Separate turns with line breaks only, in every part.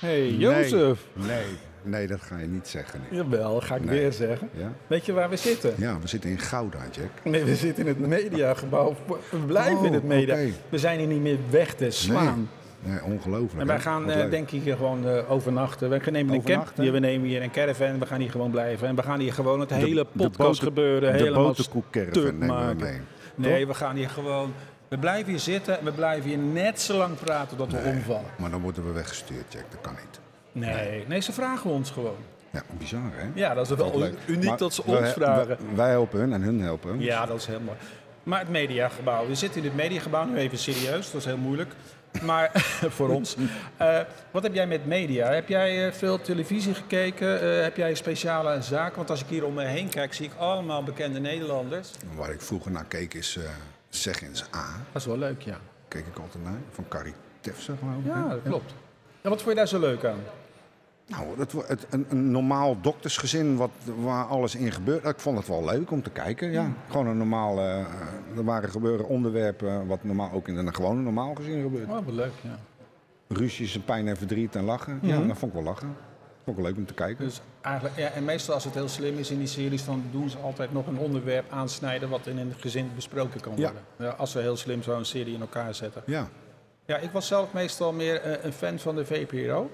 Hey Jozef.
Nee, nee, nee, dat ga je niet zeggen. nee.
Jawel, ga ik
Nee.
weer zeggen.
Ja?
Weet je waar we zitten?
ja, we zitten in Gouda, Jack.
Nee, we zitten in het mediagebouw. We blijven
Oh,
in het media.
oké.
We zijn hier niet meer weg te slaan.
Nee, nee ongelooflijk.
En wij
hè?
gaan
Wat
eh,
leuk.
denk ik hier gewoon eh, overnachten. We nemen een camp
Overnachten?
hier, we nemen hier een caravan. We gaan hier gewoon blijven. En we gaan hier gewoon het hele
de
podcast
boter-
gebeuren.
De
helemaal
boterkoekcaravan
stuk
nemen we
maken.
mee.
Nee, we gaan hier gewoon... We blijven hier zitten en we blijven hier net zo lang praten tot we omvallen.
Maar dan worden we weggestuurd, Jack. Dat kan niet.
Nee, nee, ze vragen ons gewoon.
Ja, bizar, hè?
Ja, dat is wel
Wat leuk.
uniek
Maar
dat ze
wij-
ons vragen.
wij- Wij helpen hun en hun helpen hun.
Ja, dat is heel mooi. Maar het mediagebouw. We zitten in het mediagebouw, nu even serieus, dat is heel moeilijk. Maar voor ons. Eh, wat heb jij met media? Heb jij eh, veel televisie gekeken? Eh, heb jij een speciale zaak? Want als ik hier om me heen kijk, zie ik allemaal bekende Nederlanders.
Waar ik vroeger naar keek is eh Zeg eens A.
Dat is wel leuk, ja.
Keek ik altijd naar. Van Carrie Tefse, geloof ik.
Ja,
hè?
dat klopt. En wat vond je daar zo leuk aan?
Nou, het, wo- het, een, een normaal doktersgezin wat, waar alles in gebeurt. Ik vond het wel leuk om te kijken. Ja.
Mm.
Gewoon een normaal. eh, er waren gebeuren onderwerpen wat normaal ook in een gewone normaal gezin gebeurt.
Oh, wat leuk, ja.
Ruzies en pijn en verdriet en lachen.
Mm-hmm.
Ja, dat vond ik wel lachen. Vond ik wel leuk om te kijken.
Dus eigenlijk, ja, en meestal als het heel slim is in die series, dan doen ze altijd nog een onderwerp aansnijden wat in een gezin besproken kan
Ja.
worden. Ja, als ze heel slim zo'n serie in elkaar zetten.
Ja.
Ja, ik was zelf meestal meer eh, een fan van de VPRO.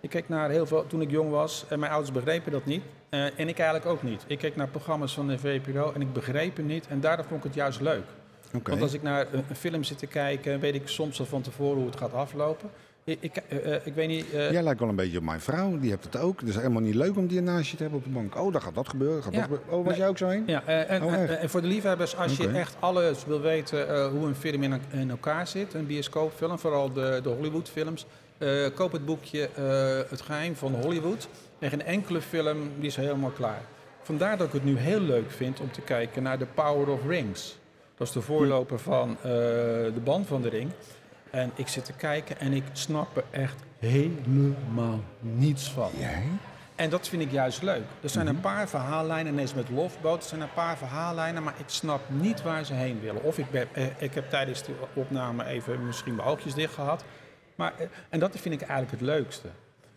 Ik keek naar heel veel toen ik jong was en mijn ouders begrepen dat niet. Eh, en ik eigenlijk ook niet. Ik keek naar programma's van de VPRO en ik begreep het niet. En daardoor vond ik het juist leuk.
Oké.
Want als ik naar een, een film zit te kijken, weet ik soms al van tevoren hoe het gaat aflopen. Ik, ik, eh, eh, ik weet niet. eh,
Jij lijkt wel een beetje op mijn vrouw. Die heeft het ook. Het is helemaal niet leuk om die naast je te hebben op de bank. Oh, dan gaat dat gebeuren. Gaat
Ja.
dat gebeuren. Oh, was
Nee.
jij ook zo heen?
Ja, eh, en,
Oh, echt?
en- en voor de liefhebbers, als
Oké.
je echt alles wil weten eh, hoe een film in, in elkaar zit, een bioscoopfilm, vooral de, de Hollywoodfilms, eh, koop het boekje eh, Het Geheim van Hollywood. En geen enkele film die is helemaal klaar. Vandaar dat ik het nu heel leuk vind om te kijken naar The Power of Rings. Dat is de voorloper van eh, De Band van de Ring. En ik zit te kijken en ik snap er echt helemaal niets van.
Jij?
En dat vind ik juist leuk. Er zijn
Mhm.
een paar verhaallijnen, ineens met Loveboat, er zijn een paar verhaallijnen, maar ik snap niet waar ze heen willen. Of ik, ben, eh, ik heb tijdens de opname even misschien mijn oogjes dicht gehad. Maar, eh, en dat vind ik eigenlijk het leukste.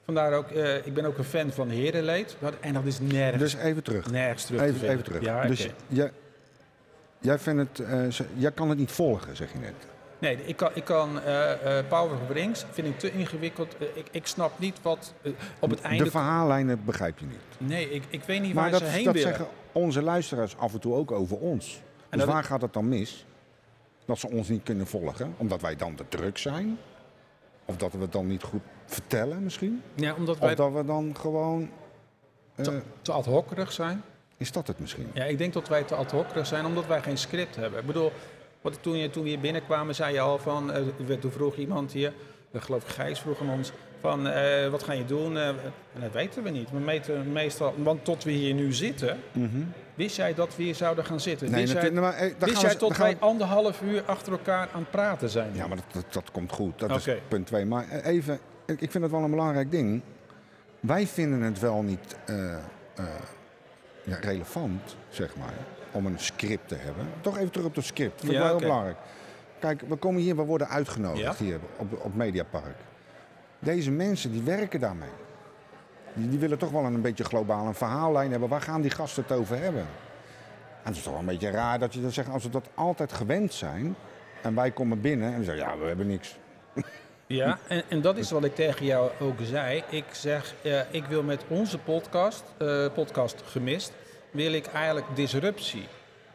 Vandaar ook, eh, ik ben ook een fan van Herenleed. Dat- En dat is nergens,
Dus even terug.
nergens terug te
Even,
vinden.
even terug.
Ja, oké.
Dus jij, jij, vindt het, eh, ze- jij kan het niet volgen, zeg je net.
Nee, ik kan, ik kan eh, eh, Power of Rings vind ik te ingewikkeld. Eh, ik, ik snap niet wat eh, op het einde...
De verhaallijnen begrijp je niet.
nee, ik, ik weet niet
Maar
waar
dat,
ze heen
dat
willen.
zeggen onze luisteraars af en toe ook over ons. Dus
dat-
waar gaat het dan mis? Dat ze ons niet kunnen volgen? Omdat wij dan te druk zijn? Of dat we het dan niet goed vertellen misschien?
Ja, omdat
Of
wij
dat we dan gewoon... eh,
te, te ad hocerig zijn.
is dat het misschien?
Ja, ik denk dat wij te ad hocerig zijn omdat wij geen script hebben. Ik bedoel, wat, toen, je, toen we hier binnenkwamen zei je al van, eh, we- toen vroeg iemand hier, ik geloof Gijs vroeg aan ons, van eh, wat ga je doen? Eh, en dat weten we niet. We meten meestal, want tot we hier nu zitten, wist jij dat we hier zouden gaan zitten?
Nee,
wist Mhm. jij,
natuurlijk- maar, eh, daar
wist
gaan
jij
we-
tot
daar gaan
wij
we-
anderhalf uur achter elkaar aan het praten zijn?
Ja, maar dat, dat, dat komt goed. Dat
Oké.
is punt twee. Maar eh, even, ik, ik vind het wel een belangrijk ding. Wij vinden het wel niet eh, eh, ja, relevant, zeg maar, om een script te hebben. Toch even terug op dat script. Vind
Ja,
ik wel heel
oké.
belangrijk. Kijk, we komen hier, we worden uitgenodigd
Ja.
hier op, op Mediapark. Deze mensen, die werken daarmee. Die, die willen toch wel een, een beetje globaal een verhaallijn hebben. Waar gaan die gasten het over hebben? En het is toch wel een beetje raar dat je dan zegt, als we dat altijd gewend zijn... en wij komen binnen en we zeggen, ja, we hebben niks.
Ja, en, en dat is wat ik tegen jou ook zei. Ik zeg, eh, ik wil met onze podcast, eh, podcast gemist, wil ik eigenlijk disruptie.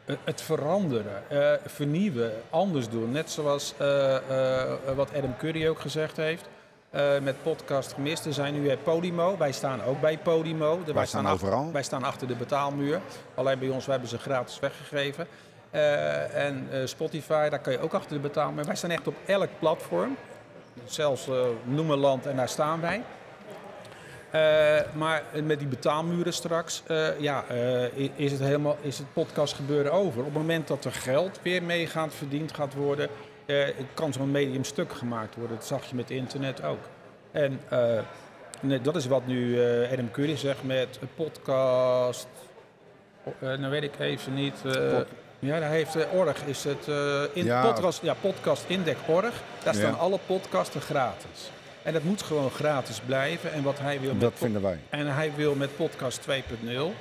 Eh, het veranderen, eh, vernieuwen, anders doen. Net zoals eh, eh, wat Adam Curry ook gezegd heeft. eh, met podcast gemist. Er zijn nu bij Podimo. Wij staan ook bij Podimo. De-
staan overal.
wij staan achter de betaalmuur. Alleen bij ons, we hebben ze gratis weggegeven. Eh, en eh, Spotify, daar kan je ook achter de betaalmuur. Wij staan echt op elk platform. Zelfs eh noem een land en daar staan wij. Eh, maar met die betaalmuren straks, eh, ja, eh, i- is het helemaal, is het podcast gebeuren over. Op het moment dat er geld weer mee gaat verdiend gaat worden, eh, kan zo'n medium stuk gemaakt worden. Dat zag je met internet ook. En eh, nee, dat is wat nu eh Adam Curry zegt met een podcast. eh nou weet ik even niet. eh,
Pod-
ja, daar heeft eh, Org is het eh, in
Ja.
podcast, ja, podcast Index Org. Daar staan
Ja.
alle podcasten gratis. En dat moet gewoon gratis blijven. En wat hij wil met
Dat
pod-
vinden wij.
en hij wil met podcast 2.0,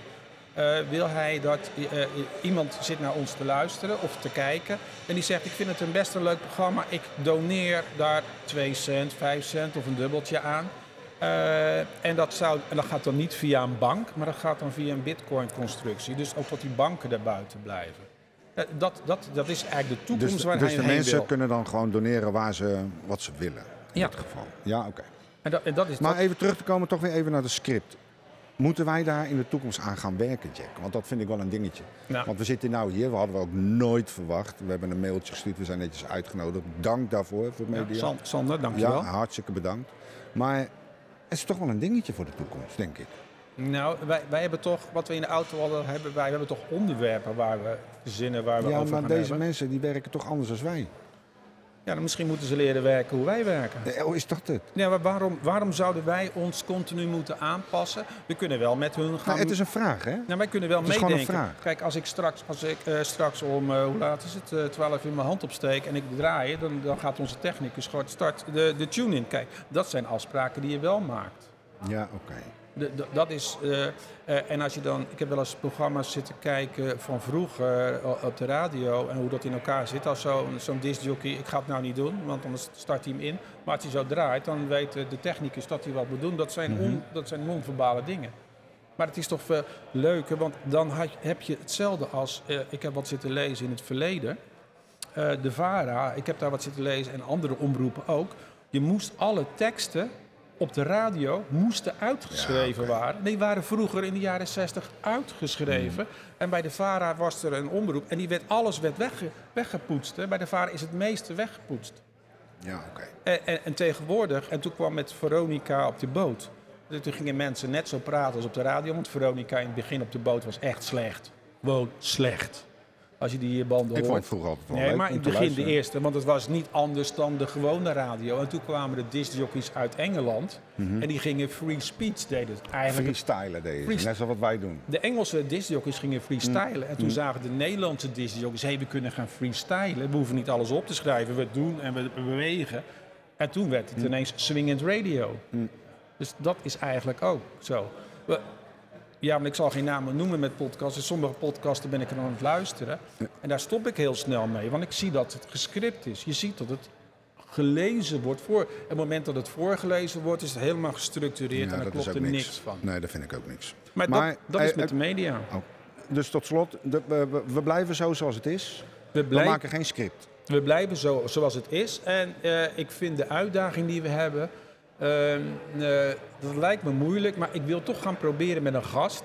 eh, wil hij dat eh, eh, iemand zit naar ons te luisteren of te kijken. En die zegt, ik vind het een best een leuk programma. Ik doneer daar 2 cent, 5 cent of een dubbeltje aan. Eh, en, dat zou, en dat gaat dan niet via een bank, maar dat gaat dan via een bitcoin-constructie. Dus ook dat die banken daarbuiten blijven. Eh, dat, dat, dat is eigenlijk de toekomst
Dus,
waar
dus
hij
de
heen
mensen
wil.
kunnen dan gewoon doneren waar ze, wat ze willen. In
Ja.
dit geval. Ja, oké.
En dat, en dat is
Maar
dat-
even terug te komen, toch weer even naar de script. Moeten wij daar in de toekomst aan gaan werken, Jack? Want dat vind ik wel een dingetje.
Nou.
Want we zitten nou hier, we hadden we ook nooit verwacht. We hebben een mailtje gestuurd, we zijn netjes uitgenodigd. Dank daarvoor voor het
Ja,
media.
San- Sander, dankjewel.
Ja, hartstikke bedankt. Maar het is toch wel een dingetje voor de toekomst, denk ik.
Nou, wij, wij hebben toch, wat we in de auto hadden, hebben wij we hebben toch onderwerpen waar we zinnen waar we
Ja,
over
maar
gaan
deze
hebben.
mensen die werken toch anders dan wij.
Ja, dan misschien moeten ze leren werken hoe wij werken.
Eh, Oh, is dat het?
Ja, maar waarom, waarom zouden wij ons continu moeten aanpassen? We kunnen wel met hun gaan.
Nou, het is een vraag, hè?
Nou, wij kunnen wel
het is gewoon een
meedenken.
vraag.
Kijk, als ik straks, als ik, eh, straks om, eh, hoe laat is het, Eh, 12 uur mijn hand opsteek en ik draai, dan, dan gaat onze technicus gewoon start de, de tune in. Kijk, dat zijn afspraken die je wel maakt.
Ja, oké.
De- de- dat is, eh, eh, en als je dan, ik heb wel eens programma's zitten kijken van vroeger eh, op de radio en hoe dat in elkaar zit. Als zo'n zo'n discjockey, ik ga het nou niet doen, want anders start hij hem in. Maar als hij zo draait, dan weet eh, de technicus dat hij wat moet doen. Dat zijn, on- dat zijn non-verbale dingen. Maar het is toch veel leuker, want dan had- heb je hetzelfde als, eh, ik heb wat zitten lezen in het verleden. Eh, de VARA, ik heb daar wat zitten lezen en andere omroepen ook. Je moest alle teksten op de radio moesten uitgeschreven waren. Nee, waren vroeger in de jaren 60 uitgeschreven.
Hmm.
En bij de VARA was er een omroep en die werd, alles werd wegge- weggepoetst. Hè. Bij de VARA is het meeste weggepoetst.
Ja, oké.
En, en, en tegenwoordig, en toen kwam met Veronica op de boot. Dus Toen gingen mensen net zo praten als op de radio, want Veronica in het begin op de boot was echt slecht. Gewoon slecht. Als je die banden
Ik vond
hoort.
het vroeger altijd wel
Nee,
leuk
maar in
om
het
te
begin de
luisteren.
eerste, want het was niet anders dan de gewone radio. En toen kwamen de discjockeys uit Engeland
Mhm.
en die gingen free speech deden. het Eigenlijk
Freestylen deden ze,
Freest-
net zoals wat wij doen.
de Engelse discjockeys gingen freestylen. En toen zagen de Nederlandse discjockeys, hey, we kunnen gaan freestylen. We hoeven niet alles op te schrijven. We doen en we bewegen. En toen werd het ineens swingend radio. Dus dat is eigenlijk ook zo. We- ja, maar ik zal geen namen noemen met podcasts. Dus sommige podcasten ben ik er aan het luisteren. En daar stop ik heel snel mee. Want ik zie dat het gescript is. Je ziet dat het gelezen wordt. Voor, en op het moment dat het voorgelezen wordt, is het helemaal gestructureerd. en daar klopt er niks. van.
Nee, dat vind ik ook niks.
Maar,
Maar,
dat, dat is
eh,
met de
eh,
media.
Dus tot slot, de- we, we- we blijven zo zoals het is.
We,
We
blij-
maken geen script.
we blijven zo, zoals het is. En eh, ik vind de uitdaging die we hebben, ehm, eh, dat lijkt me moeilijk. Maar ik wil toch gaan proberen met een gast.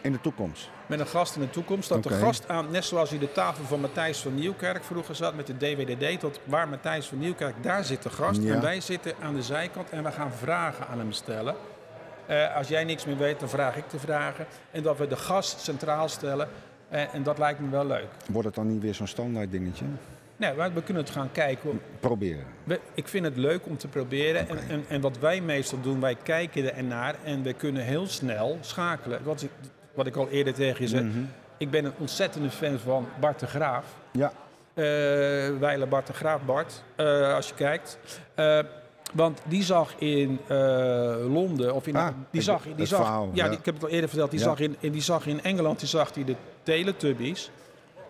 In de toekomst.
Met een gast in de toekomst. Dat
Oké.
de gast aan, net zoals hij de tafel van Matthijs van Nieuwkerk vroeger zat met de DWDD. Tot waar Matthijs van Nieuwkerk, daar zit de gast.
Ja.
En wij zitten aan de zijkant en we gaan vragen aan hem stellen. Eh, als jij niks meer weet, dan vraag ik de vragen. En dat we de gast centraal stellen. Eh, en dat lijkt me wel leuk.
Wordt het dan niet weer zo'n standaard dingetje?
Nee, maar we kunnen het gaan kijken. hoe-
Proberen.
We- ik vind het leuk om te proberen. En, en, en wat wij meestal doen, wij kijken er naar en we kunnen heel snel schakelen. Wat, ik- wat ik al eerder tegen je zei.
Mhm.
Ik ben een ontzettende fan van Bart de Graaf.
Ja,
Eh Weilen Bart de Graaf, Bart, eh, als je kijkt. Eh, want die zag in eh, Londen, of in,
Ah,
die
ik-
zag, die
het
zag,
verhaal,
ja,
ja.
Die, ik heb het al eerder verteld, die,
Ja.
zag in, in, die zag in Engeland, die zag die de Teletubbies.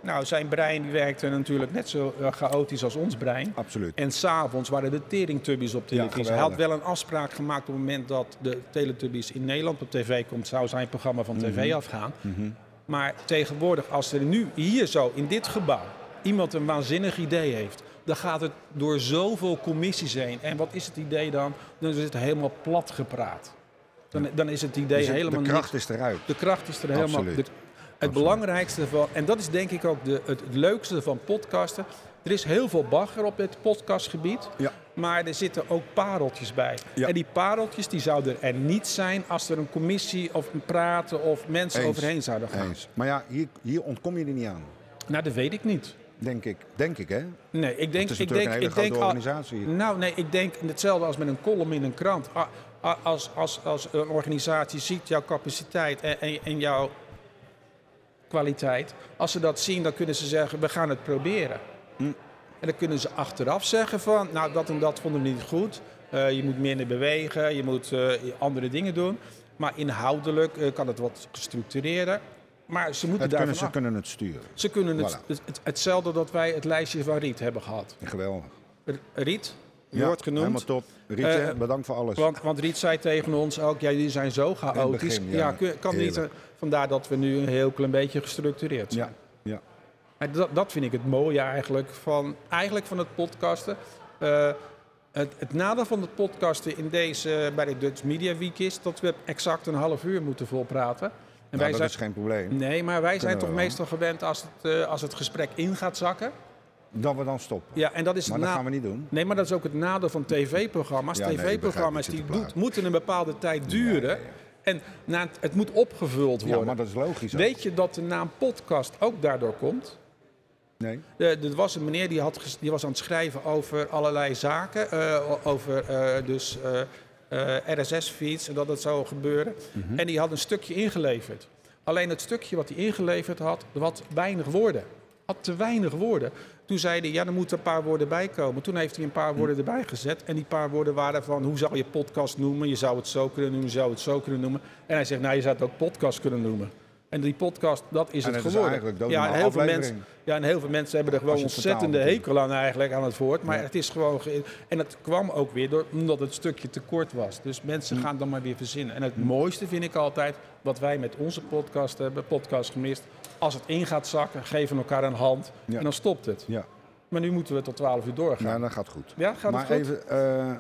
Nou, zijn brein die werkte natuurlijk net zo eh, chaotisch als ons brein.
absoluut.
En s'avonds waren de teringtubbies op televisie. hij had
geweldig.
wel een afspraak gemaakt op het moment dat de teletubbies in Nederland op tv komt. Zou zijn programma van tv
Mhm.
afgaan. Maar tegenwoordig, als er nu hier zo in dit gebouw iemand een waanzinnig idee heeft. dan gaat het door zoveel commissies heen. En wat is het idee dan? Dan is het helemaal plat gepraat. Dan, dan is het idee
Dus het-
helemaal
de
niks.
kracht is eruit.
De kracht is er helemaal.
Absoluut.
de- het belangrijkste van, en dat is denk ik ook de, het, het leukste van podcasten. Er is heel veel bagger op het podcastgebied,
Ja.
maar er zitten ook pareltjes bij.
Ja.
En die pareltjes die zouden er niet zijn als er een commissie of een praten of mensen
Eens.
overheen zouden gaan.
Eens. Maar ja, hier, hier ontkom je er niet aan.
Nou, dat weet ik niet.
Denk ik. Denk ik, hè?
Nee, ik
Het
denk,
is
ik
natuurlijk
denk,
een hele
ik denk
grote
al-
organisatie.
Nou, nee, ik denk hetzelfde als met een column in een krant. A- a- Als, als, als een organisatie ziet jouw capaciteit en, en, en jouw kwaliteit, als ze dat zien, dan kunnen ze zeggen: we gaan het proberen.
Hm.
En dan kunnen ze achteraf zeggen van, nou dat en dat vonden we niet goed. Eh, je moet minder bewegen, je moet eh, andere dingen doen. Maar inhoudelijk eh, kan het wat gestructureerder. Maar ze moeten
Het
daarvan
kunnen, ze
af.
kunnen het sturen.
Ze kunnen het,
Voilà.
het- het- hetzelfde dat wij het lijstje van Riet hebben gehad.
Geweldig.
R- Riet, je
Ja,
wordt genoemd.
Helemaal top. Rietje,
Eh,
bedankt voor alles.
Want, want Riet zei tegen ons ook, ja, jullie zijn zo chaotisch.
begin, ja.
ja, kun- kan niet,
Heerlijk.
eh, vandaar dat we nu een heel klein beetje gestructureerd zijn.
Ja, ja.
En dat, dat vind ik het mooie eigenlijk van, eigenlijk van het podcasten. Eh, het, het nadeel van het podcasten in deze, eh, bij de Dutch Media Week is dat we exact een half uur moeten volpraten. En
Nou, dat is geen probleem.
Nee, maar wij zijn
Kunnen
toch
we wel.
meestal gewend als het, eh, als het gesprek in gaat zakken.
Dat we dan stoppen.
Ja, en dat is
maar
het
dat
na-
gaan we niet doen.
Nee, maar dat is ook het nadeel van tv-programma's.
Ja, nee, ik begrijp
tv-programma's
dat je
die
te plaat.
doet- moeten een bepaalde tijd duren.
ja, ja.
En na, het- het moet opgevuld
Ja,
worden.
maar dat is logisch. ook.
Weet je dat de naam podcast ook daardoor komt?
Nee.
Eh, Er was een meneer die, had ges- die was aan het schrijven over allerlei zaken. eh, o- over eh, dus eh, RSS-feeds en dat het zou gebeuren.
Mhm.
En die had een stukje ingeleverd. Alleen het stukje wat hij ingeleverd had, had weinig woorden. Had te weinig woorden. Toen zei hij, ja, er moeten een paar woorden bij komen. Toen heeft hij een
Mhm.
paar woorden erbij gezet. En die paar woorden waren van, hoe zou je podcast noemen? Je zou het zo kunnen noemen, je zou het zo kunnen noemen. En hij zegt, nou, je zou het ook podcast kunnen noemen. En die podcast, dat is het
En het is
geworden.
eigenlijk doodnormaal
ja, en heel veel
aflevering.
mensen, ja, en heel veel mensen hebben er gewoon
Als je het
ontzettende
vertaalt
hekel aan eigenlijk aan het woord. Maar
Ja.
het is gewoon. ge- En dat kwam ook weer door, omdat het stukje te kort was. Dus
Hm.
mensen gaan dan maar weer verzinnen. En het mooiste vind ik altijd, wat wij met onze podcast hebben, podcast gemist. Als het in gaat zakken, geven elkaar een hand
Ja.
en dan stopt het.
Ja,
Maar nu moeten we tot 12 uur doorgaan.
nou, dat gaat goed.
Ja, gaat het
maar
goed?
even, eh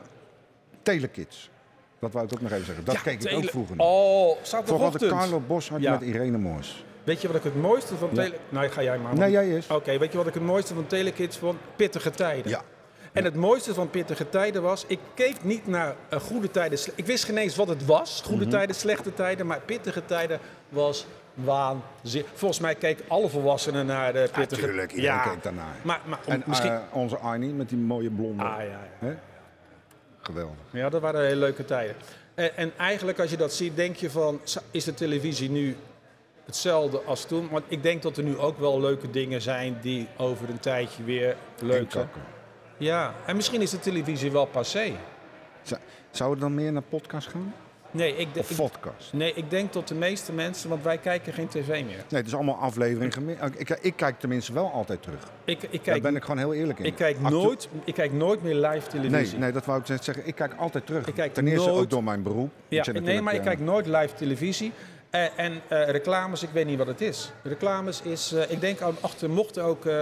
Telekids. Dat wou ik ook nog even zeggen. Dat
Ja,
keek ik
tele-
ook vroeger. nog.
Oh, zaterdagochtend.
Bijvoorbeeld Carlo Bos had
Ja.
met Irene Moors.
Weet je wat ik het mooiste van
Ja.
Tele... Nou, ga jij maar. want-
Nee, jij is.
Oké, weet je wat ik het mooiste van Telekids vond? Pittige tijden.
Ja.
En het mooiste van pittige tijden was, ik keek niet naar eh, goede tijden. sle- Ik wist geen eens wat het was, goede
Mhm.
tijden, slechte tijden. Maar pittige tijden was waanzinnig. Volgens mij keken alle volwassenen naar de pittige
Ah, tuurlijk, iedereen keek daarnaar.
Maar, maar om-
En
misschien...
eh, onze Arnie met die mooie blonde.
ah, ja, ja.
Hè? Geweldig.
Ja, dat waren hele leuke tijden. En, en eigenlijk als je dat ziet, denk je van, "Zo, is de televisie nu hetzelfde als toen? Want ik denk dat er nu ook wel leuke dingen zijn die over een tijdje weer leuk zijn.
Inkakken.
Ja, en misschien is de televisie wel passé.
Zou- Zou het dan meer naar podcast gaan?
Nee ik, de-
Of
ik-
podcast?
nee, ik denk dat de meeste mensen, want wij kijken geen tv meer.
Nee, het is allemaal aflevering. gemi- Ik, ik, ik kijk tenminste wel altijd terug.
Ik, ik
Daar
kijk,
ben ik gewoon heel eerlijk in.
ik kijk,
Actu-
nooit, ik kijk nooit meer live televisie.
Nee, nee, dat wou ik net zeggen. Ik kijk altijd terug.
Ik kijk
Ten eerste
nooit-
ook door mijn beroep.
Ja,
Ik zit
nee,
natuurlijk,
maar ik
eh,
kijk nooit live televisie. Eh, en eh, reclames, ik weet niet wat het is. Reclames is, eh, ik denk, aan- achter mochten ook eh,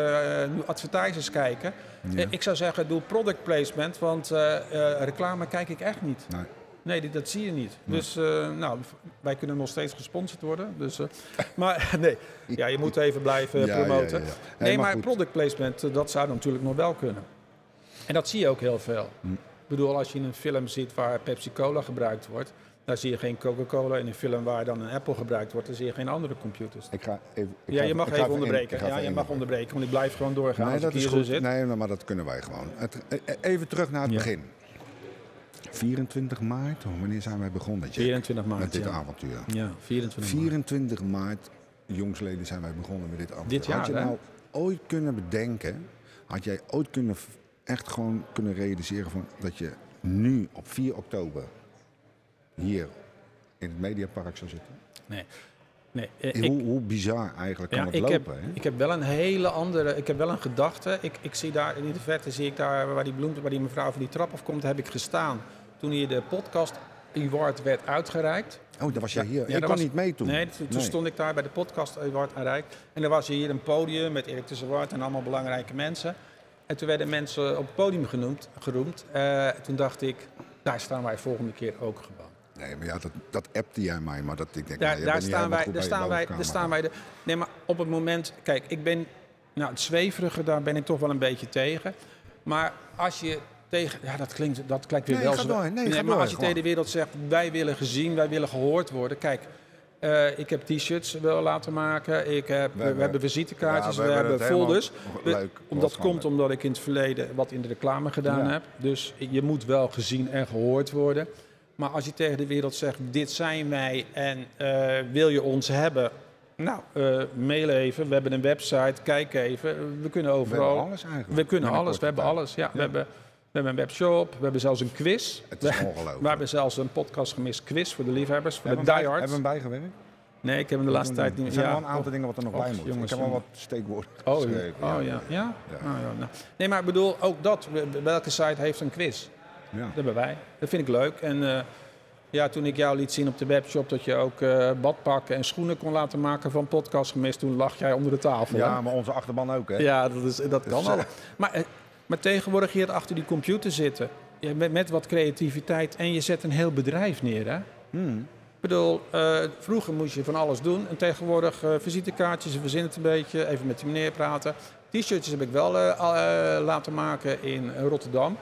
nu advertisers kijken. Eh, ik zou zeggen, doe product placement, want eh, eh, reclame kijk ik echt niet.
Nee.
Nee, dit- dat zie je niet. Dus eh, nou, v- wij kunnen nog steeds gesponsord worden. Dus, eh, maar nee, ja, je moet even blijven eh,
Ja, ja, ja,
promoten.
ja.
Nee,
Nee, maar
maar,
goed.
product placement, eh, dat zou natuurlijk nog wel kunnen. En dat zie je ook heel veel.
Hm.
Ik bedoel, als je in een film ziet waar Pepsi Cola gebruikt wordt, dan zie je geen Coca-Cola. In een film waar dan een Apple gebruikt wordt, dan zie je geen andere computers.
Ik ga even, ik
ja,
ga-
je mag
ik ga
even
in-
onderbreken.
ik ga
ja,
even
je mag
in-
onderbreken, want ik blijf gewoon doorgaan
Nee,
als
dat
ik
is
hier
goed.
zo zit.
Nee, nou, maar dat kunnen wij gewoon. Het- e- e- even terug naar het
Ja.
begin. 24 maart, oh, wanneer zijn wij begonnen? Jack?
24 maart,
Met dit
ja.
avontuur.
Ja, 24 maart.
24 maart, jongsleden, zijn wij begonnen met dit avontuur.
Dit jaar,
had je
hè?
nou ooit kunnen bedenken, had jij ooit kunnen v- echt gewoon kunnen realiseren van, dat je nu op 4 oktober hier in het Mediapark zou zitten?
Nee, nee. eh,
Eh,
ik-
hoe, hoe bizar eigenlijk kan het
ik
lopen?
Heb,
hè?
ik heb wel een hele andere, ik heb wel een gedachte. Ik, ik zie daar, in de verte zie ik daar waar die bloemt, waar die mevrouw van die trap afkomt, heb ik gestaan. Toen hier de podcast award werd uitgereikt.
Oh, daar was jij hier.
Ja,
ik
daar
kon
was-
niet mee toen.
Nee, toen, toen
Nee.
stond ik daar bij de podcast award aanreikt. En er was hier een podium met Erik de Zwart en allemaal belangrijke mensen. En toen werden mensen op het podium genoemd, geroemd. Eh, toen dacht ik, daar staan wij volgende keer ook gewoon.
Nee, maar ja, dat, dat appte jij mij, maar dat ik denk,
Daar,
nee, je
daar,
bent niet
staan
helemaal
wij,
goed
daar,
bij je
staan wij, daar
bovenkamer.
staan wij. De, nee, maar op het moment. Kijk, ik ben. Nou, het zweverige, daar ben ik toch wel een beetje tegen. Maar als je tegen. Ja, dat klinkt, dat klinkt weer
Nee,
wel
ga
zo-
door. Nee, ga
maar
door,
als je tegen de wereld zegt: wij willen gezien, wij willen gehoord worden. Kijk. eh, ik heb t-shirts wel laten maken. Ik heb, we,
hebben-
hebben visitekaartjes,
Ja,
we, hebben
het helemaal
folders.
leuk
We-
losgemaakt.
omdat komt omdat ik in het verleden wat in de reclame gedaan
Ja.
heb. Dus je moet wel gezien en gehoord worden. Maar als je tegen de wereld zegt, dit zijn wij en eh, wil je ons hebben? Nou, eh mail even, we hebben een website, kijk even. We kunnen
We hebben
overal,
alles eigenlijk.
we kunnen
Binnen
alles, we
korte
hebben
tijd.
alles. Ja, We, hebben, we hebben een webshop, we hebben zelfs een quiz.
Het
We-
is ongelooflijk.
we hebben zelfs een podcast gemist quiz voor de liefhebbers, voor
Hebben
de
we hem bij-
diehards.
Hebben we hem bijgewerkt?
Nee, ik heb hem de laatste tijd niet
Er
meer.
zijn
ja,
wel een aantal
oh.
dingen wat er nog
Och,
bij moet.
jongens,
ik heb wel
jongen.
wat steekwoorden
Oh,
geschreven.
ja. Oh, ja. Ja?
Ja.
Oh, ja. Nou. Nee, maar ik bedoel, ook dat. We- Welke site heeft een quiz?
ja.
Dat hebben wij. Dat vind ik leuk. En eh, ja, toen ik jou liet zien op de webshop dat je ook eh, badpakken en schoenen kon laten maken van podcast gemist, toen lag jij onder de tafel.
Ja,
hè?
maar onze achterban ook, hè?
ja dat, is, dat kan
Dus,
wel.
eh,
Maar, eh, maar tegenwoordig hier achter die computer zitten, je bent met wat creativiteit en je zet een heel bedrijf neer, hè?
Hmm.
Ik bedoel, eh, vroeger moest je van alles doen. En tegenwoordig eh, visitekaartjes, je verzin het een beetje, even met die meneer praten. T-shirtjes heb ik wel eh, al, eh, laten maken in eh, Rotterdam.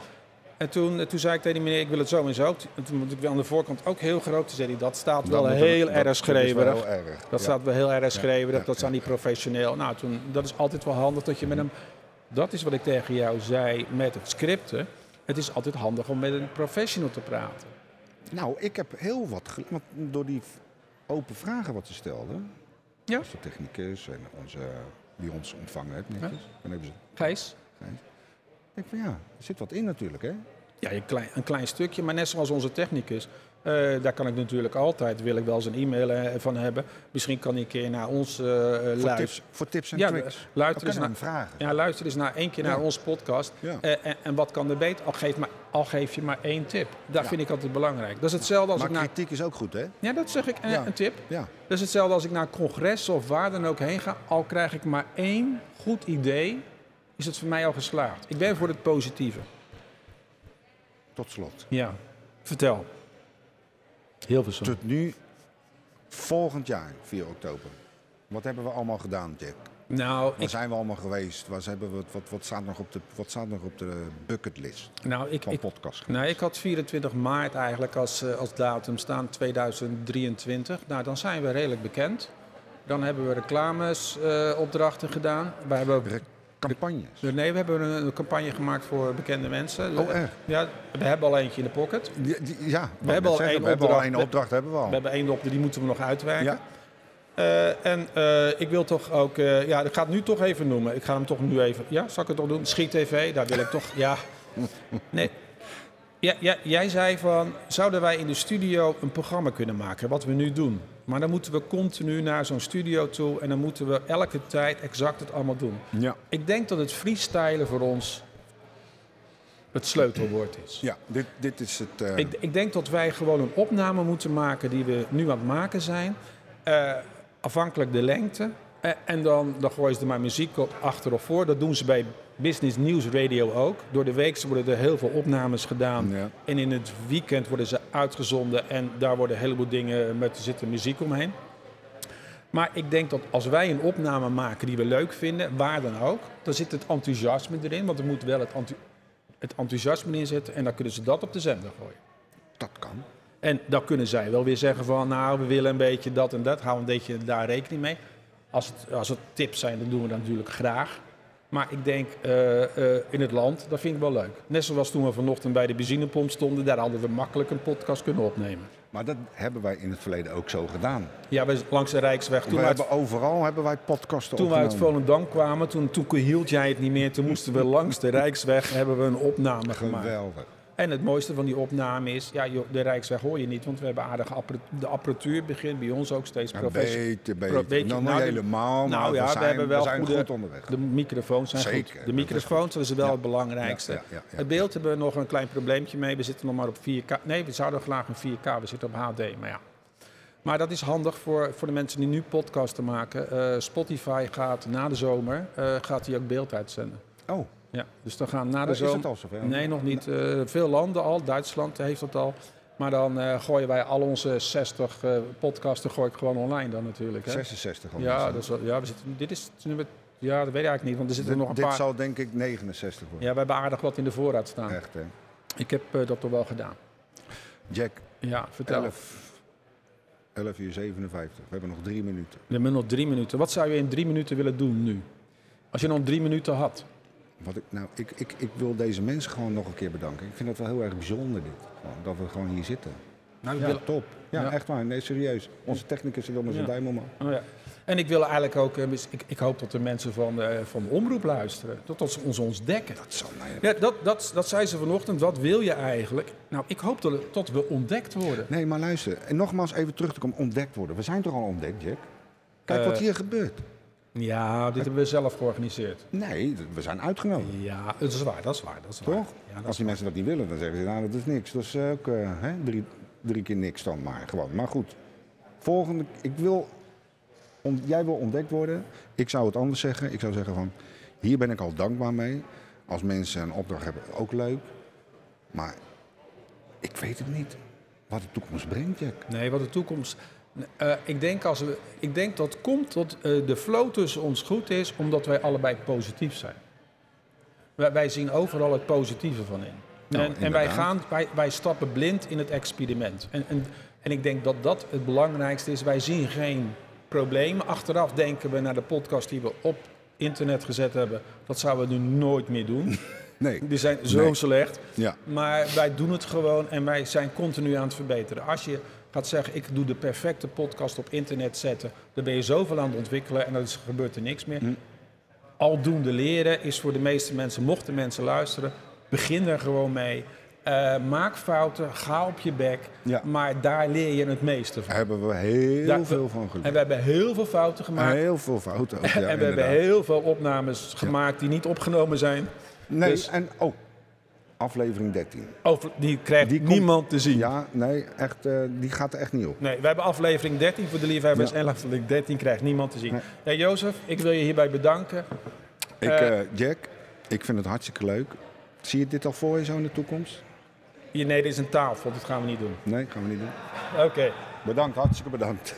En toen, eh, toen zei ik tegen die meneer, ik wil het zo en zo. En toen moet ik weer aan de voorkant ook heel groot. Toen zei hij, dat staat
Dat
wel
moet-
heel
dat-
erg
Dat
schreeuwerig.
is wel heel erg.
Dat
ja.
staat wel heel erg
Ja,
schreeuwerig,
ja,
dat is
ja.
aan niet professioneel. Nou, toen, dat is altijd wel handig dat je met een... Dat is wat ik tegen jou zei met het scripten. Het is altijd handig om met een professional te praten.
Nou, ik heb heel wat gele- want door die v- open vragen wat ze stelden.
Ja.
Onze technicus en onze, die ons ontvangen heeft. netjes. Dan hebben ze.
Gijs?
Ik denk van ja, er zit wat in natuurlijk, hè?
Ja, een klein, een klein stukje, maar net zoals onze technicus. eh, daar kan ik natuurlijk altijd, wil ik wel eens een e-mail eh, van hebben. Misschien kan ik een keer naar ons eh
Voor
luisteren.
tips, voor tips en
Ja,
tricks. Dan
luister
kunnen
eens
we
naar,
hem vragen.
ja, luister eens naar één keer naar
Ja.
onze podcast.
Ja.
Eh, en, en wat kan er beter? Al geef, maar, al geef je maar één tip. Dat
Ja.
vind ik altijd belangrijk. Dat is hetzelfde als
maar
ik naar...
kritiek is ook goed, hè?
Ja, dat zeg ik, eh,
Ja.
een tip.
Ja.
Dat is hetzelfde als ik naar een congres of waar dan ook heen ga. Al krijg ik maar één goed idee, is het voor mij al geslaagd. Ik ben voor het positieve.
Tot slot.
Ja, vertel. Heel veel
Tot nu, volgend jaar, 4 oktober. Wat hebben we allemaal gedaan, Jack?
Nou
Waar
ik,
zijn we allemaal geweest? Waar hebben we, wat, wat, staat nog op de, wat staat nog op de bucketlist
nou, ik,
van
ik,
podcast?
nou, ik had 24 maart eigenlijk als, eh, als datum staan, 2023. Nou, dan zijn we redelijk bekend. Dan hebben we reclamesopdrachten opdrachten gedaan. We hebben,
Campagnes.
nee, we hebben een, een campagne gemaakt voor bekende mensen.
Oh, echt? Oh.
Ja, we hebben al eentje in de pocket.
Die- die- ja, we
hebben al één
we hebben al
opdracht.
één opdracht. Hebben we al.
We hebben één op, die moeten we nog uitwerken.
ja.
Eh, en eh, ik wil toch ook, eh, ja, ik ga het nu toch even noemen. Ik ga hem toch nu even, ja, zal ik het toch doen? Schiet TV, daar wil ik toch, ja. Nee. Ja, ja, jij zei van, zouden wij in de studio een programma kunnen maken, wat we nu doen? Maar dan moeten we continu naar zo'n studio toe en dan moeten we elke tijd exact het allemaal doen.
Ja.
Ik denk dat het freestylen voor ons het sleutelwoord is.
ja, dit, dit is het... eh,
Ik, ik denk dat wij gewoon een opname moeten maken die we nu aan het maken zijn. Eh, afhankelijk de lengte. Eh, en dan, dan gooien ze er maar muziek op achter of voor. Dat doen ze bij Business News Radio ook. Door de week worden er heel veel opnames gedaan.
ja.
En in het weekend worden ze uitgezonden en daar worden een heleboel dingen met er zit muziek omheen. Maar ik denk dat als wij een opname maken die we leuk vinden, waar dan ook, dan zit het enthousiasme erin. Want er moet wel het, enthou- het enthousiasme in zitten en dan kunnen ze dat op de zender gooien.
Dat kan.
En dan kunnen zij wel weer zeggen van, nou, we willen een beetje dat en dat. Hou een beetje daar rekening mee. Als het, als het tips zijn, dan doen we dat natuurlijk graag. Maar ik denk eh, eh, in het land, dat vind ik wel leuk. Net zoals toen we vanochtend bij de benzinepomp stonden, daar hadden we makkelijk een podcast kunnen opnemen.
Maar dat hebben wij in het verleden ook zo gedaan.
Ja, we, langs de Rijksweg. Toen
we
we uit,
hebben overal hebben wij podcasten
toen we uit
opgenomen.
Volendam kwamen, toen, toen hield jij het niet meer. Toen moesten we langs de Rijksweg, hebben we een opname gemaakt.
Geweldig.
En het mooiste van die opname is, ja, joh, de Rijksweg hoor je niet, want we hebben aardige apparatuur. De apparatuur begint bij ons ook steeds
Een
professioneel.
beetje,
Pro-
beetje.
weet je,
nou,
nou,
niet
de-
helemaal, maar
nou ja,
we
we
zijn,
hebben wel
zijn
goede-
goed onderweg.
De microfoons zijn
Zeker,
goed.
dat
De
is
microfoons, dat is wel
Ja.
het belangrijkste.
Ja, ja, ja, ja.
Het beeld hebben we nog een klein probleempje mee. We zitten nog maar op 4K. Nee, we zouden graag een 4K. We zitten op HD, maar ja. Maar dat is handig voor, voor de mensen die nu podcasten maken. Eh, Spotify gaat na de zomer eh, gaat die ook beeld uitzenden.
Oh,
Ja, dus dan gaan na de
Is
zomer...
het al zover?
Nee, nog niet. Eh, veel landen al, Duitsland heeft dat al. Maar dan eh, gooien wij al onze 60 eh, podcasten gooi ik gewoon online dan natuurlijk. Hè?
66 al. dus,
Ja, dat is wel- ja, we zitten, dit is het nummer... Ja, dat weet ik eigenlijk niet, want er zitten
dit,
nog een
dit
paar...
zal denk ik 69 worden.
Ja, we hebben aardig wat in de voorraad staan.
Echt hè.
Ik heb eh, dat toch wel gedaan.
Jack,
Ja, vertel.
11, 11 uur 57. We hebben nog drie minuten.
We hebben nog drie minuten. Wat zou je in drie minuten willen doen nu? Als je nog drie minuten had.
Wat ik, nou, ik, ik, ik wil deze mensen gewoon nog een keer bedanken. Ik vind het wel heel erg bijzonder dit. Gewoon, Dat we gewoon hier zitten.
Nou,
Ja, top. Ja,
Ja.
echt waar. Nee, serieus. Onze technicus zit onder zijn
Ja.
duim om.
Oh ja. En ik wil eigenlijk ook, eh, mis- ik, ik hoop dat de mensen van, eh, van de omroep luisteren. Dat, dat ze ons ontdekken.
Dat zal mij...
Ja, dat, dat, dat zei ze vanochtend. Wat wil je eigenlijk? Nou, ik hoop dat, dat we ontdekt worden.
Nee, maar luister. En nogmaals even terug te komen. Ontdekt worden. We zijn toch al ontdekt, Jack? Kijk
Eh.
wat hier gebeurt.
Ja, dit hebben we zelf georganiseerd.
Nee, d- we zijn uitgenodigd.
Ja, dat is waar, dat is waar. Dat is waar.
Toch?
Ja, dat
Als
is
die mensen dat niet willen, dan zeggen ze, nou, dat is niks. Dat is eh, ook eh, hè, drie, drie keer niks dan maar gewoon. Maar goed, volgende, ik wil, on- jij wil ontdekt worden. Ik zou het anders zeggen. Ik zou zeggen van, hier ben ik al dankbaar mee. Als mensen een opdracht hebben, ook leuk. Maar ik weet het niet. Wat de toekomst brengt, Jack.
Nee, wat de toekomst. Eh, ik, denk als we, ik denk dat komt dat eh, de flow tussen ons goed is, omdat wij allebei positief zijn. Wij, wij zien overal het positieve van in.
Nou,
en en wij,
inderdaad.
gaan, wij, wij stappen blind in het experiment. En, en, en ik denk dat dat het belangrijkste is. Wij zien geen problemen. Achteraf denken we naar de podcast die we op internet gezet hebben. Dat zouden we nu nooit meer doen.
Nee,
Die zijn zo
Nee.
slecht.
ja.
Maar wij doen het gewoon en wij zijn continu aan het verbeteren. Als je gaat zeggen, ik doe de perfecte podcast op internet zetten, dan ben je zoveel aan het ontwikkelen en dan is, gebeurt er niks meer.
Hm.
Aldoende leren is voor de meeste mensen, mochten mensen luisteren, begin er gewoon mee. Eh, maak fouten, ga op je bek,
Ja.
maar daar leer je het meeste van.
Daar hebben we heel
Daar-
veel van
En
geleerd.
we hebben heel veel fouten gemaakt.
Heel veel fouten. ook, Ja,
en we hebben
inderdaad.
heel veel opnames gemaakt die niet opgenomen zijn.
Nee,
dus-
en oh, aflevering 13.
Of die krijgt
Die komt-
niemand te zien.
Ja, nee, echt, eh, die gaat er echt niet op.
Nee, we hebben aflevering 13 voor de liefhebbers
Ja.
en aflevering 13 krijgt niemand te zien.
Nee.
Hey, Jozef, ik wil je hierbij bedanken.
Ik,
Eh,
eh, Jack, ik vind het hartstikke leuk. Zie je dit al voor je zo in de toekomst?
Hier, nee, dit is een tafel, dat gaan we niet doen.
Nee, gaan we niet doen.
Oké.
Bedankt, hartstikke bedankt.